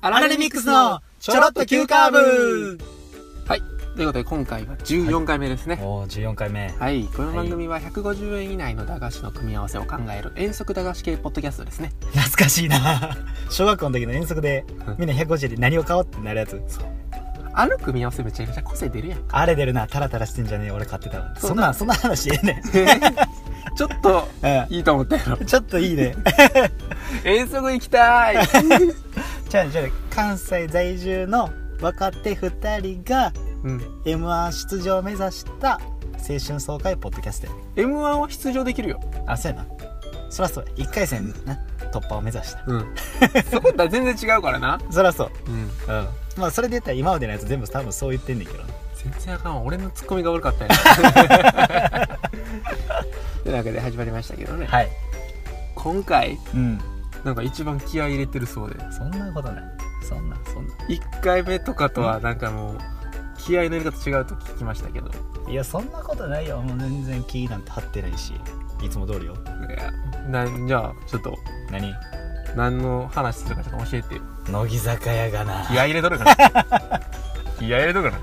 アラレミックスのちょろっと急カーブはい。ということで、今回は14回目ですね。おー14回目はい、この番組は150円以内の駄菓子の組み合わせを考える遠足駄菓子系ポッドキャストですね。懐かしいな 小学校の時の遠足でうんみんな150円で何を買おうってなるやつあの組み合わせめちゃめちゃ個性出るやん。あれ出るなタラタラしてんじゃねえ俺買ってたわそうそんなんそんな話ええね ちょっと、 ん、いいと思ったやろう。ん、ちょっといいね 遠足行きたいじゃあじゃあ関西在住の若手2人がうん。 m 1出場を目指した青春爽快ポッドキャストや M1 は出場できるよ。あそうやなそらそうや1回戦な突破を目指したうん。 そこだ全然違うからな。そらそううん。うんまあそれで言ったら今までのやつ全部多分そう言ってんねんけど全然あかんわ。俺のツッコミが悪か ったよ。というわけで始まりましたけどね。はい今回、うんなんか一番気合い入れてるそうで。そんなことないそんなそんな1回目とかとはなんかもう、気合いの入れ方違うと聞きましたけど。いやそんなことないよもう全然気なんて張ってないしいつも通りよいやなじゃあちょっと何何の話するかちょっと教えて よ乃木坂屋がな気合い入れとるかな気合い入れと るか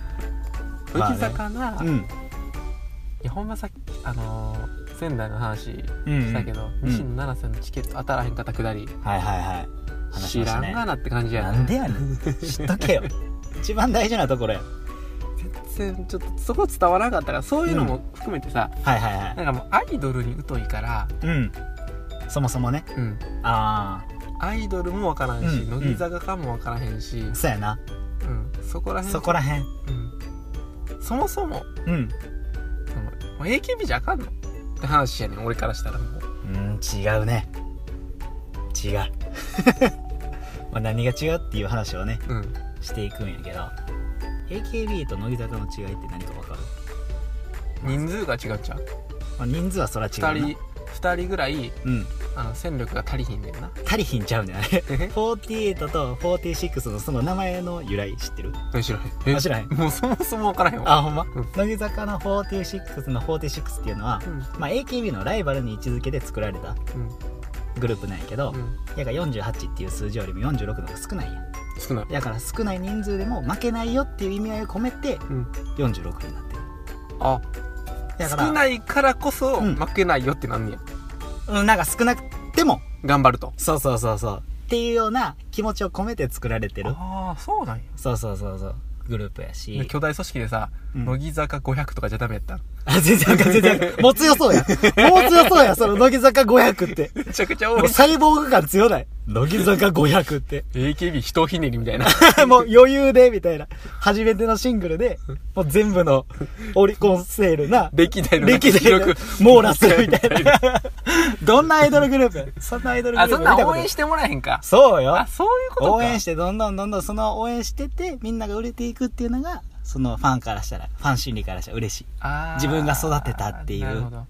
な乃まあね木坂な、うんいやほんまさっきあのー仙台の話うんうんしたけど、うん西野七瀬のチケット当たらへんかったくだり、はいはいはい話し知ましらたんねがなって感じやなねんでやねん知っと けよ一番大事なところや全然ちょっとそこ伝わらなかったからそういうのも含めてさ、はいはいはなんかもうアイドルに疎いから、いうんそもそもねうん、あアイドルもわからんし、うん乃木坂かもわからへんし、あそうやなうんそこらへんそこらへんうん、そもそもうんそのお前 AKB じゃあかんのって話やねん俺からしたらもううん違うね 違うまあ何が違うっていう話をねうんしていくんやけど AKB と乃木坂の違いって何か分かる、人数が違っちゃうまあ、人数はそら違うな2人二人ぐらいうんあの戦力が足りひんねんな足りひんちゃうねんあれ え48と46のその名前の由来知ってる何知らへんあ知らへんもうそもそも分からへんわあほんま、うん乃木坂の46の46っていうのは、うんまあ、AKB のライバルに位置づけて作られたうんグループなんやけど、うんやから48っていう数字よりも46の方が少ないんや少ないだから少ない人数でも負けないよっていう意味合いを込めてうん46になってるあだから少ないからこそうん負けないよってなんねや、うん、なんか少なくても頑張るとそうそうそうそうっていうような気持ちを込めて作られてるああそうなんやそうそうそうそうグループやし巨大組織でさ、うん乃木坂500とかじゃダメやったあ、全然あかん、全然あかん。もう強そうや。もう強そうや、その、乃木坂500って。めちゃくちゃも多ういサイボーグ感強ない。乃木坂500って。 AKB ひとひねりみたいなもう余裕で、みたいな。初めてのシングルで、もう全部のオリコンセールな、歴代の歴代の記録網羅するみたいな。 どんなアイドルグループそんなアイドル グルあープそんな見たこと応ない援してもらえへんかそうよあ。そういうことか応援して、どんどんどんどんその応援してて、みんなが売れていくっていうのが、そのファンからしたら、ファン心理からしたら嬉しいあー自分が育てたっていうなるほど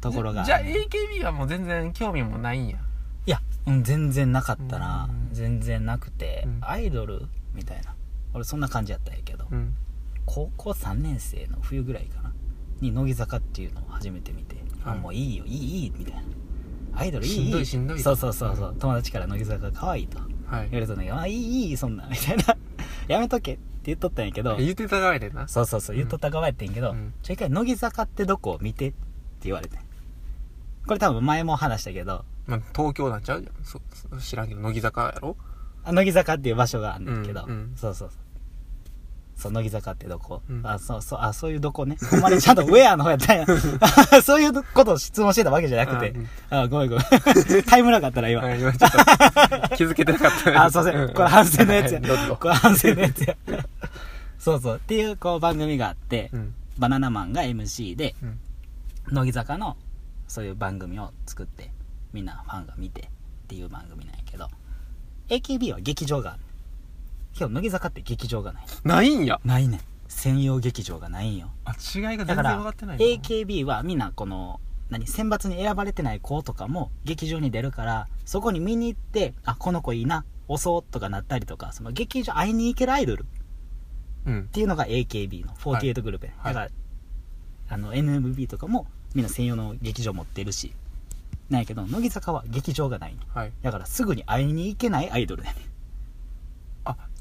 ところが。じゃあ AKB はもう全然興味もないんやいや、うん、全然なかったな、うん全然なくて、うんアイドルみたいな俺そんな感じやったんやけど、うん高校3年生の冬ぐらいかなに乃木坂っていうのを初めて見て、あはいもういいよいいいいみたいなアイドルいいしんどいしんどいそうそうそうそう友達から乃木坂可愛いとはい言われたんだけど「あいいいいそんな」みたいな 「やめとけ」って言っとったんやけど言ってたがいでなそうそうそう言っとった側やってんけど、うんちょ一回乃木坂ってどこを見てって言われてんこれ多分前も話したけどまあ、東京なんちゃうじゃんそそ知らんけど乃木坂やろあ乃木坂っていう場所があるんだけど、うんうんそうそうそうそう乃木坂ってどこ、うんあそうそうあそういうどこねほんまにちゃんとウェアの方やったんや あそういうことを質問してたわけじゃなくてあごめんごめん タイムラグあったら今、はい今ちょ っと気づけてなかったあすいませんこれ反省のやつや、はいどうぞこれ反省のやつやそうそうっていうこう番組があって、うんバナナマンが MC でうん乃木坂のそういう番組を作ってみんなファンが見てっていう番組なんやけど AKB は劇場がある今日乃木坂って劇場がないないんやないねん専用劇場がないんよあ違いが全だ然分からかってないな AKB はみんなこの何選抜に選ばれてない子とかも劇場に出るからそこに見に行ってあこの子いいな押そうとかなったりとかその劇場会いに行けるアイドルうんっていうのが AKB の48グループやね、はいだからあの NMB とかもみんな専用の劇場持ってるしなんやけど乃木坂は劇場がないのはいだからすぐに会いに行けないアイドルやね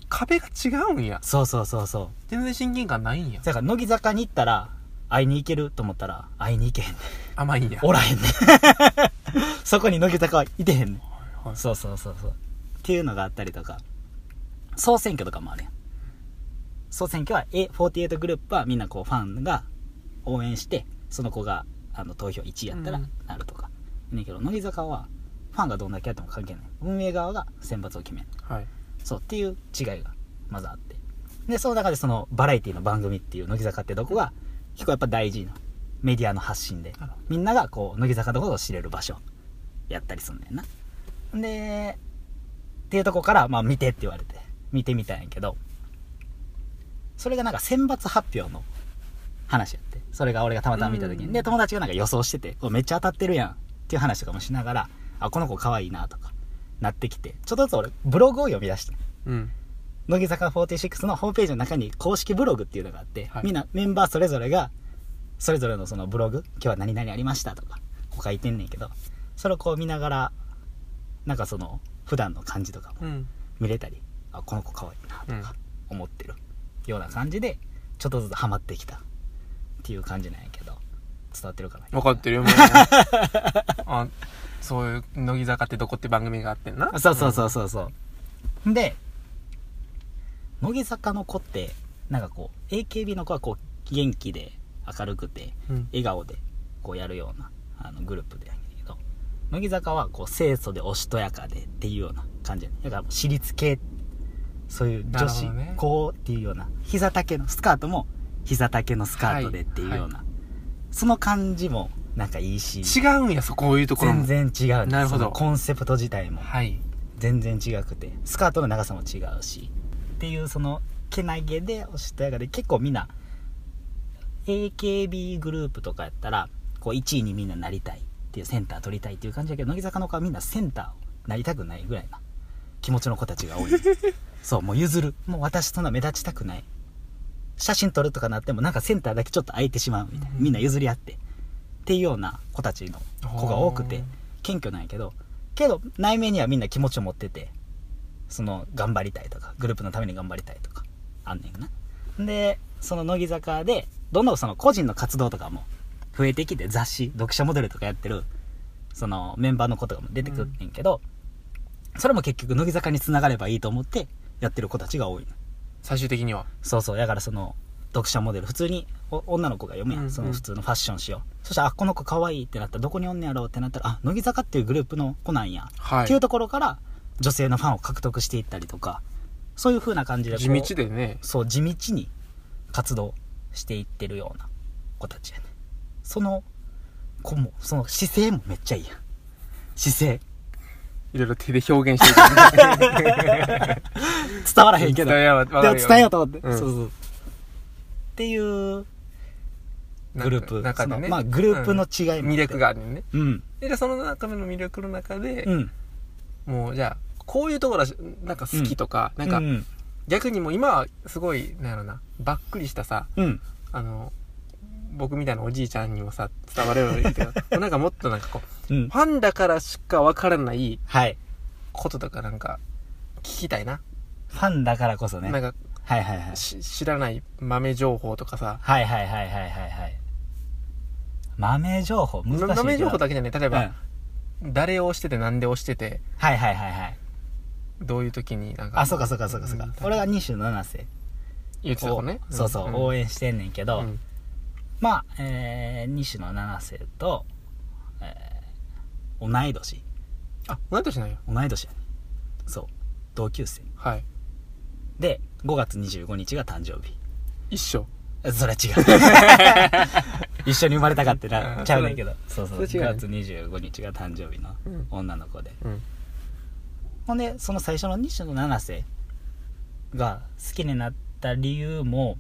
壁が違うんや。そうそうそうそ全然親近感ないんやう。。だから、乃木坂に行ったら、会いに行けると思ったら、会いに行け へんねん。甘いんや。おらへんねん。 そこに乃木坂はいてへんねん。はいそうそうそうそう。っていうのがあったりとか、総選挙とかもあるやん。総選挙は A48 グループはみんなこうファンが応援して、その子があの投票1位やったらうんなるとか。ねんけど、乃木坂はファンがどんだけやっても関係ない。運営側が選抜を決める。はい。そうっていう違いがまずあって。で、その中でそのバラエティの番組っていう乃木坂ってとこが結構やっぱ大事なメディアの発信でなるほど、みんながこう乃木坂のことを知れる場所やったりすんだよな。で、っていうとこからまあ見てって言われて、見てみたんやけど、それがなんか選抜発表の話やって、それが俺がたまたま見た時うに、んで、友達がなんか予想してて、これめっちゃ当たってるやんっていう話とかもしながら、あ、この子可愛いなとか、なってきて、ちょっとずつ俺ブログを読み出して、うん。乃木坂46のホームページの中に公式ブログっていうのがあって、はいみんなメンバーそれぞれがそれぞれのそのブログ今日は何々ありましたとかこう書いてんねんけどそれをこう見ながらなんかその普段の感じとかもうん。見れたりあこの子可愛いなうん。思ってるような感じでちょっとずつハマってきたっていう感じなんやけど伝わってるかな分かってるよ、 もう。あ、そういう、乃木坂ってどこって番組があってんな。そうそうそうそうそう。で、乃木坂の子って、なんかこう、AKB の子はこう、元気で、明るくて、うん。笑顔で、こうやるような、あの、グループでやねんけど、乃木坂はこう、清楚でおしとやかでっていうような感じやねんだから、私立系、そういうな女るほ子どね校っていうような、膝丈の、スカートも、膝丈のスカートでっていうような、その感じも、なんかいいし、違うんや、そこういうところも。全。然違うねんなるほどそのコンセプト自体も。はい。全然違くてスカートの長さも違うしっていうそのけなげでおしとやかで結構みんな AKB グループとかやったらこう1位にみんななりたいっていうセンター取りたいっていう感じだけど乃木坂の子はみんなセンターをなりたくないぐらいな気持ちの子たち が多いそうもう譲るもう私そんな目立ちたくない写真撮るとかなってもなんかセンターだけちょっと空いてしまうみたいなみんな譲り合ってっていうような子たちの子が多くて謙虚なんやけどけど内面にはみんな気持ちを持っててその頑張りたいとかグループのために頑張りたいとかあんねんなでその乃木坂でどんどんその個人の活動とかも増えてきて雑誌読者モデルとかやってるそのメンバーの子とかも出てくんねんけど、それも結局乃木坂につながればいいと思ってやってる子たちが多いの最終的には。そうそうだからその読者モデル普通にお女の子が読むやうん、んうんその普通のファッションしようそしたらあこの子可愛いってなったらどこにおんねやろうってなったらあ乃木坂っていうグループの子なんや、はっていうい。ところから女性のファンを獲得していったりとかそういう風な感じでこう地道でね。そう地道に活動していってるような子たちやねその子もその姿勢もめっちゃいいやん姿勢いろいろ手で表現 してるけどね。伝わらへんけど伝えようわかでもるよ伝えようと思って、うんそうそうっていうグループ中でそね。のまあグループの違いうんもあ魅って力があるねんね。うんで、その中の魅力の中で、うんもうじゃあ、こういうところはなんか好きとか、なんうかん逆にもう今はすごい、なんやろな、ばっくりしたさ、うんあの、僕みたいなおじいちゃんにもさ、伝わればいいけ ど、なんかもっとなんかこう、うんファンだからしかわからないはいこととかなんか、聞きたいな。ファンだからこそねなんか、はいはいはいし知らない豆情報とかさ、はいはいはいはいはいはい豆情報難しいけど豆情報だけじゃない。例えうんば、誰を押してて何で押してて、はいはいはいはいどういう時になんか、あそうかそうかそうかそうかん俺が西野七瀬言ってたを子ね。そうそう応援してんねんけうどんまあえー西野七瀬とえー同い年あ、同い年なんや。同い年やねそう同級生はい。で5月25日が誕生日一緒。それは違う 一緒に生まれたかってうなんちゃうねんけどそうそうそれ9違うね月25日が誕生日のうん女の子で、うん。ほんでその最初の西野七瀬が好きになった理由も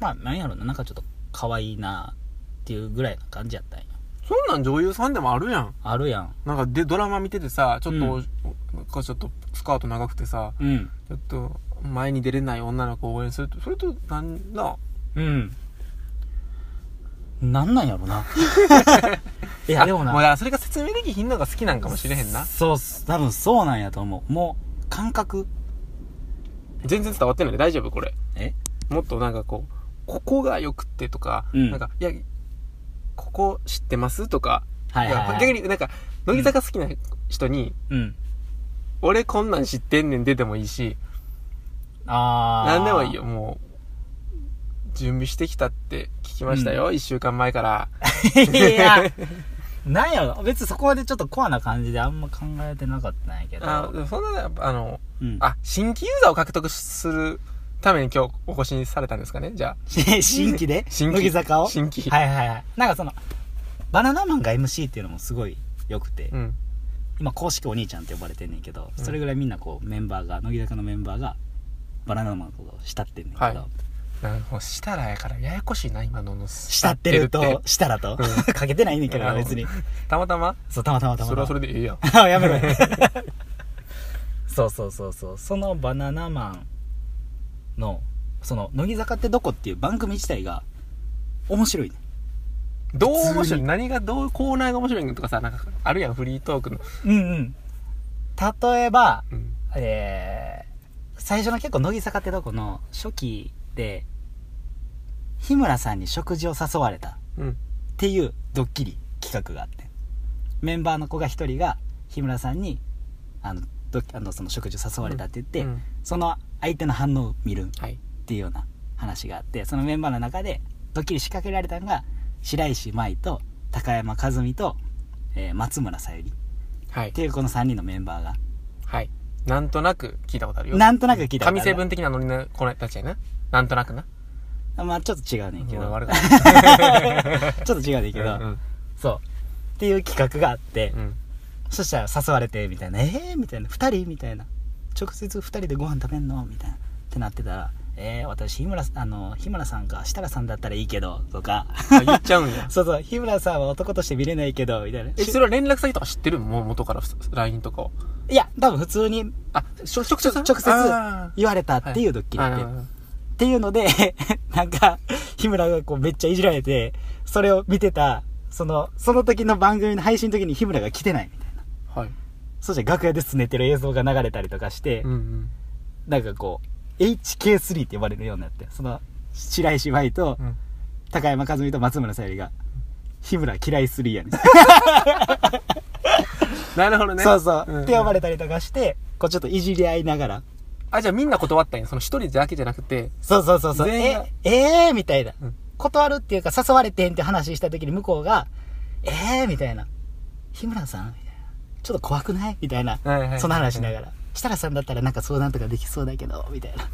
まあなんやろななんかちょっと可愛いなっていうぐらいな感じやったんやそんなん女優さんでもあるやん。あるやんなんかで、ドラマ見ててさ、ちょっと、うなんかちょっとスカート長くてさ、うんちょっと前に出れない女の子を応援すると、それと、なんだ、うんなんなんやろな いやでもなもうだからそれが説明できひんのが好きなんかもしれへんな。そうっす多分そうなんやと思うもう感覚全然伝わってないで大丈夫これ。えもっとなんかこう、ここが良くってとか、うんなんか、いや、ここ知ってますとか、はいはい、はやい逆になんか、乃木坂好きな人に、うん俺こんなん知ってんねん出てもいいし、ああなんでもいいよ、もう。準備してきたって聞きましたよ、一、週間前から。 いや、 なんやろ、別にそこまでちょっとコアな感じであんま考えてなかったんやけど。あでもそんな、やっぱあの、うん、あ、新規ユーザーを獲得するために今日お越しされたんですかねじゃあ。 新規で 新規乃木坂を新規はいはいはい。なんかその、バナナマンが MC っていうのもすごい良くて、うん。今公式お兄ちゃんって呼ばれてんねんけど、うんそれぐらいみんなこうメンバーが、乃木坂のメンバーが、バナナマンのことを慕ってんねんけど、はいなんかもうしたらやからややこしいな、今のの。慕って 慕ると、したらと、うかけてないねんけどな別に。たまたまそう、たまたまたまたま。それはそれでいいやん。あやめろ そうそうそうそうそのバナナマンのその乃木坂ってどこっていう番組自体が面白いねどう面普通白いに何がどうコーナーが面白いのとかさ、なんかあるやん、フリートークの。うんうん例えばうん。えー、最初の結構乃木坂ってどこの初期で日村さんに食事を誘われたうん。っていうドッキリ企画があってメンバーの子が一人が日村さんにあのドッあのその食事を誘われたって言って、うんその相手の反応を見るっはい。ていうような話があってそのメンバーの中でドッキリ仕掛けられたのが白石麻衣と高山一実と、えー松村さゆりっはいて。いうこの3人のメンバーがはい。なんとなく聞いたことあるよ。なんとなく聞いたことある神セブン的なノリの子たちやな。なんとなくな。まあちょっと違うねんけど俺悪かっ ちょっと違うねんけど、た。うん。そうっていう企画があって、うん。そしたら誘われてみたいな「えー?」みたいな「2人?」みたいな「直接2人でご飯食べんの?」みたいなってなってたら「えー、私日村さんあの日村さんか設楽さんだったらいいけど」とか 。あ、言っちゃうんやそうそう、日村さんは男として見れないけど、みたいな。え、それは連絡先とか知ってるもう元から LINE とかを。いや、多分普通にあ、しょ直ちょ接直接あー言われたっていうドッキリって。あっていうので、 なんか、日村がこうめっちゃいじられて、それを見てた、その、その時の番組の配信の時に日村が来てないみたいな。ーはい。そして楽屋で拗ねてる映像が流れたりとかして、うんうん。なんかこう、HK3 って呼ばれるようになって、その、白石麻衣とうん高山和美と松村さゆりが、日村嫌い3やねん。なるほどね。そうそう。って呼ばれれたりとかして、こうちょっといじり合いながら、あ、じゃあみんな断ったんや。その一人だけじゃなくて。そうそうそうそう。全員がえ、えー、みたいな、うん断るっていうか、誘われてんって話した時に向こうが、えー、みたいな。日村さんみたいな。ちょっと怖くないみたいな。はいはいはいその話しながら。設楽さんだったらなんか相談とかできそうだけど、みたいな。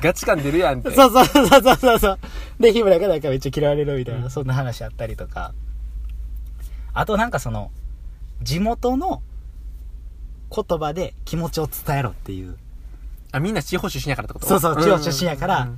ガチ感出るやんって。そうそうそうそうそうそう。で、日村がなんかめっちゃ嫌われるみたいな、そんな話あったりとか。あとなんかその、地元の言葉で気持ちを伝えろっていう。あ、みんな地方出身やからってことそうそう、地方出身身やから、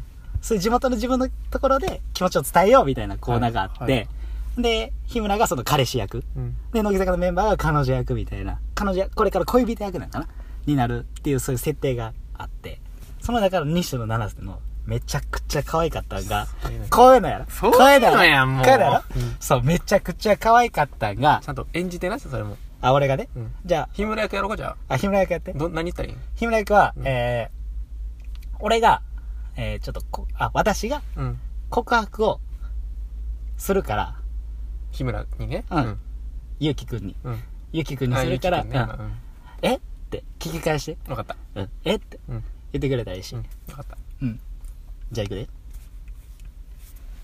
そういう地元の自分のところで気持ちを伝えようみたいなコーナーがあって、はいはいで、日村がその彼氏役、うん。で、乃木坂のメンバーが彼女役みたいな、彼女役、これから恋人役なのかなになるっていうそういう設定があって、その中の西野七瀬のめちゃくちゃ可愛かったんがそういうの、こういうのやろそういうのやんこういうのやろもううんそう、めちゃくちゃ可愛かったんがち、ゃんと演じてなしそれも。あ、俺がね、うんじゃ日村役やろうか、じゃあ、あ、日村役やってあ。。ど、何言ったらいいん日村役は、うんえー、俺が、えー、ちょっとこ、あ、私がうん。告白をするから、日村にね。うんゆうきくんに。うん。ゆうきくんにあするから、ゆうきくんねうんえって聞き返して、うん。わかった。うん、えってうん。言ってくれたらいいし。うん。わかった。うん。じゃあ行くで。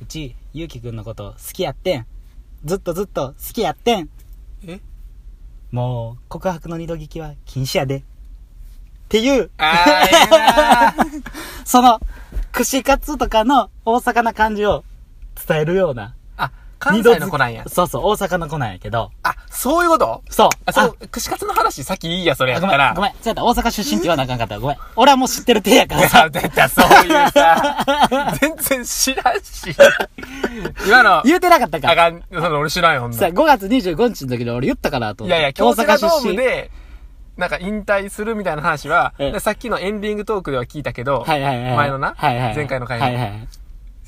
うち、ゆうきくんのこと好きやってん。ずっとずっと好きやってん。えもう、告白の二度聞きは禁止やで。っていう、あー、ええなー その、串カツとかの大阪な感じを伝えるような。あ、関西の子なんや二度づ。そうそう、大阪の子なんやけど。あ、そういうことそう。あ、そう、串カツの話さっきいいや、それやあっごためん、ら。ごめん。そうやった、大阪出身って言わなあかんかった。ごめん。俺はもう知ってる手やから さ。あ、出た、そういう さ、全然知らんし。今の、言うてなかったかあら。かん、その俺知らんよ、ほんさ、な5月25日の時に俺言ったかなとい思っやて。いや、京大セ阪ラドー出ム身。で、なんか引退するみたいな話は、ええさっきのエンディングトークでは聞いたけど、はいはいはい。前のな、はいはいはい。前回の回の、はいはいはい。い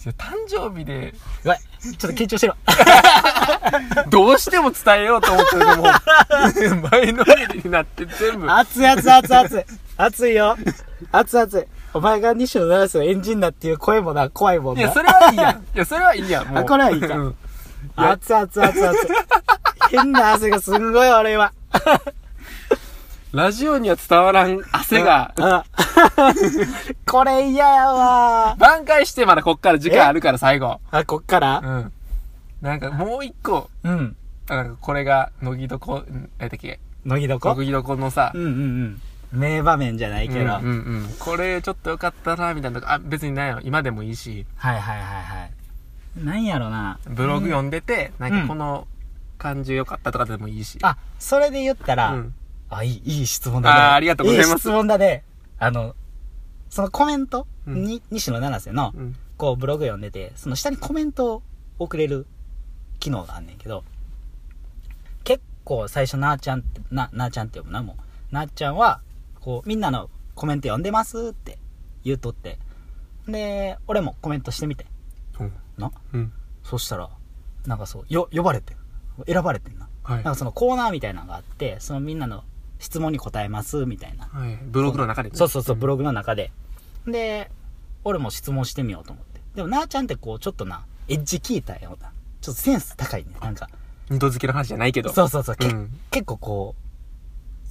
や誕生日で、ごめん。ちょっと緊張してるわ。どうしても伝えようと思ってるのも、 前のめりになって全部。熱い熱い熱い熱い。熱いよ。熱い熱い。お前が西野七瀬のエンジンだっていう声もな、怖いもんいな。や、それはいいやん。いや、それはいいやん。もうあこれはいいかうんや熱い熱い熱い熱い。変な汗がすんごい、俺は。ラジオには伝わらん汗が、あ これ嫌やわ挽回してまだこっから時間あるから最後。あ、こっかうらん。なんかもう一個、うん。なんかこれが、乃木どこ、んえだっけ、乃木どこ乃木どこのさう、んうんうん。名場面じゃないけど。うんうんうんこれちょっとよかったな、みたいなとこあ、別にないよ。今でもいいし、はいはいはいはい。なんやろな。ブログ読んでて、んなんかこの感じよかったとかでもいいし。あ、それで言ったら、うんあ、いい、いい質問だね。あーありがとうございますいい質問だね。あの、そのコメントに、西野七瀬のう、ん。こうブログ読んでて、その下にコメントを送れる機能があんねんけど、結構最初なあちゃんって、な、なあちゃんって呼ぶな、もう。なあちゃんは、こう、みんなのコメント読んでますって言うとって。で、俺もコメントしてみて。うんなうん。そしたら、なんかそう、よ、呼ばれてん選ばれてんな。はい。なはんかそのコーナーみたいなのがあって、そのみんなの質問に答えます、みたいな。い。ブログの中でね。そうそうそう、ブロログの中で。で、俺も質問してみようと思って。でも、なあちゃんってこう、ちょっとな、エッジ聞いたような。ちょっとセンス高いね。なんか、二度付けの話じゃないけど。そうそうそう、けうん結構こ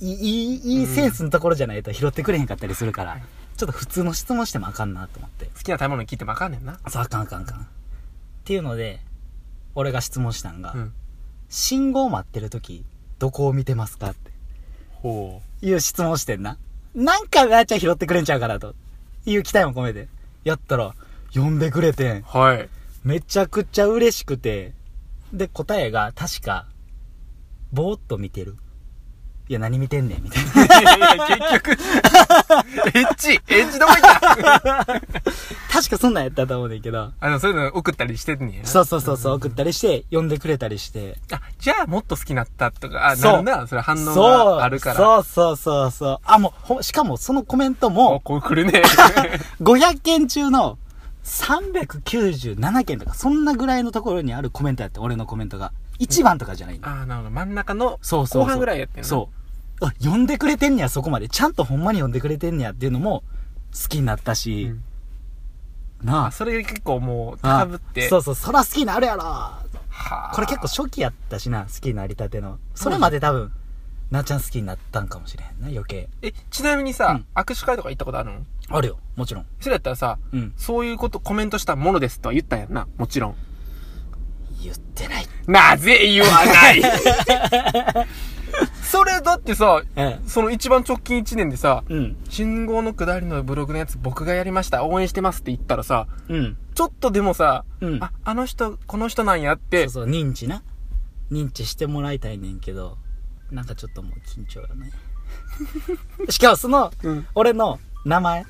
う、いい、いい、いいセンスのところじゃないと拾ってくれへんかったりするから、ちょっと普通の質問してもあかんなと思って。好きな食べ物聞いてもあかんねんな。そう、あかんあかんあかん。っていうので、俺が質問したんが、うん。信号待ってる時、どこを見てますかって。ほいう質問してんな。なんかなっちゃん拾ってくれんちゃうかなと。いう期待も込めて。やったら、呼んでくれてん。う。はい。めちゃくちゃ嬉しくて。で、答えが、確か、ぼーっと見てる。いや、何見てんねん、みたいな。 いやいや、結局、エッチ、エッチどこ行った確かそんなんやったと思うねんけど。あの、そういうの送ったりしてんねやなそうそうそうそう、送ったりして、呼んでくれたりして。あ、じゃあもっと好きになったとか、あ、そうなるな、それ反応があるから。そうそうそうそうそう。あ、もうほ、しかもそのコメントもお、、こう来るね。 500件中の397件とか、そんなぐらいのところにあるコメントやって、俺のコメントが。1番とかじゃないんだ。あー、なるほど。真ん中の、そうそうそう。後半ぐらいやってんのそう。あ、呼んでくれてんねや、そこまで。ちゃんとほんまに呼んでくれてんねやっていうのも、好きになったうし、んなあ、あ。それ結構もう、高ぶって。そうそう、そら好きになるやろはあこれ結構初期やったしな、好きになりたての。それまで多分、なっちゃん好きになったんかもしれへんな、余計。え、ちなみにうさん、握手会とか行ったことあるのあるよ、もちろん。それやったらさ、うん。そういうことコメントしたものですとは言ったんやんな。もちろん。言ってない。なぜ言わない それだってさ、えその一番直近1年でさ、え。うん。信号の下りのブログのやつ僕がやりました。応援してますって言ったらさ、うん。ちょっとでもさ、うんあ、あの人、この人なんやって、そうそう、認知な。認知してもらいたいねんけど、なんかちょっともう緊張よね。しかもその、うん俺の名前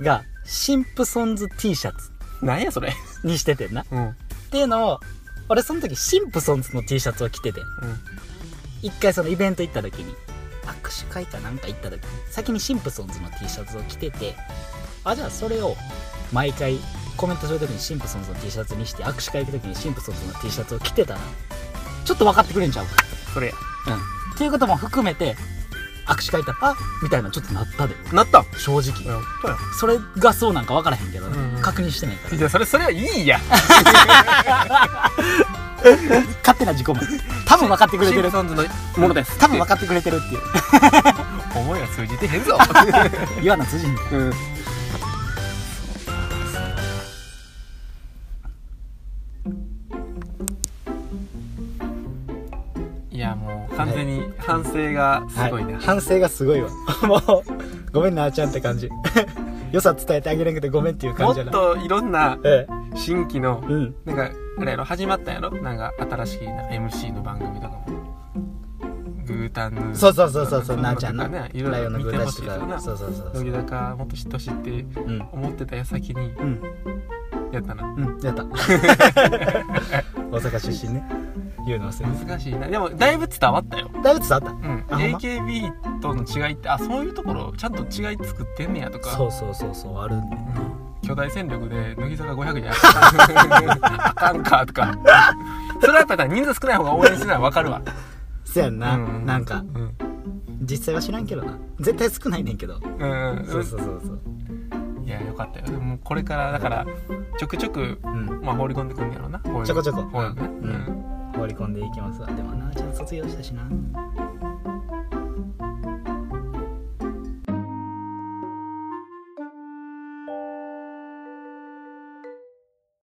が、シンプソンズ T シャツなんやそれ。にしててんな。っうん。うん。ていうのを、俺その時シンプソンズの T シャツを着てて、一回そのイベント行った時に、握手会かなんか行った時に、先にシンプソンズの T シャツを着てて、あ、じゃあそれを、毎回コメントする時にシンプソンズの T シャツにして、握手会行く時にシンプソンズの T シャツを着てたら、ちょっと分かってくれんちゃうかそれや。うん。っていうことも含めて、握手会行ったら、あみたいなちょっとなったで。なったん正直。うん。そうや。それがそうなんか分からへんけど、うんうん確認してないから。いや、それ、それはいいや。勝手な自己満。多 分分かってくれてシンるプ。ソンズのものです。多分分かってくれて るっていう。思いは通じてへ んぞ。言わな辻に。うん。いや、もう完全に反省がすごいね。反省がすごいわ。 もう、ごめんなあちゃんって感じ。 良さ伝えてあげれなくてごめんっていうも感っじじゃない。といろんなえ新規のえ。うん。なんかあれやろ始まったんやろなんか新しいな MC の番組とかもグータンヌーそうそうそうそうそう、ななあちゃんな。ねいろラいイろオンの見グてラほシしいとですよか。なそうそうそうそう。乃木坂もっと知ってほしいってうん。思ってた矢先にうん。やったなう ん。やった。大阪出身ね。言うの忘れて難しいなでもだいぶ伝わったよた。だいぶ伝わった。うんあほんま AKB との違いってあそういうところちゃんと違い作ってんねやとかそうそうそうそうあるんだよ 巨大戦力で乃木坂500じゃあかんあかんかとかそれはやっぱり人数少ない方が応援するのはわかるわ。そやんな、うなんかうん。実際は知らんけどな絶対少ないねんけどうんうん。そうそうそうそういや、よかったよ。でもこれから、だから、ちょくちょく、うんまあ、放り込んでくるんやろうな。ちょこちょこ放り込んで放り込んでいきますわでもなちゃんと卒業したしな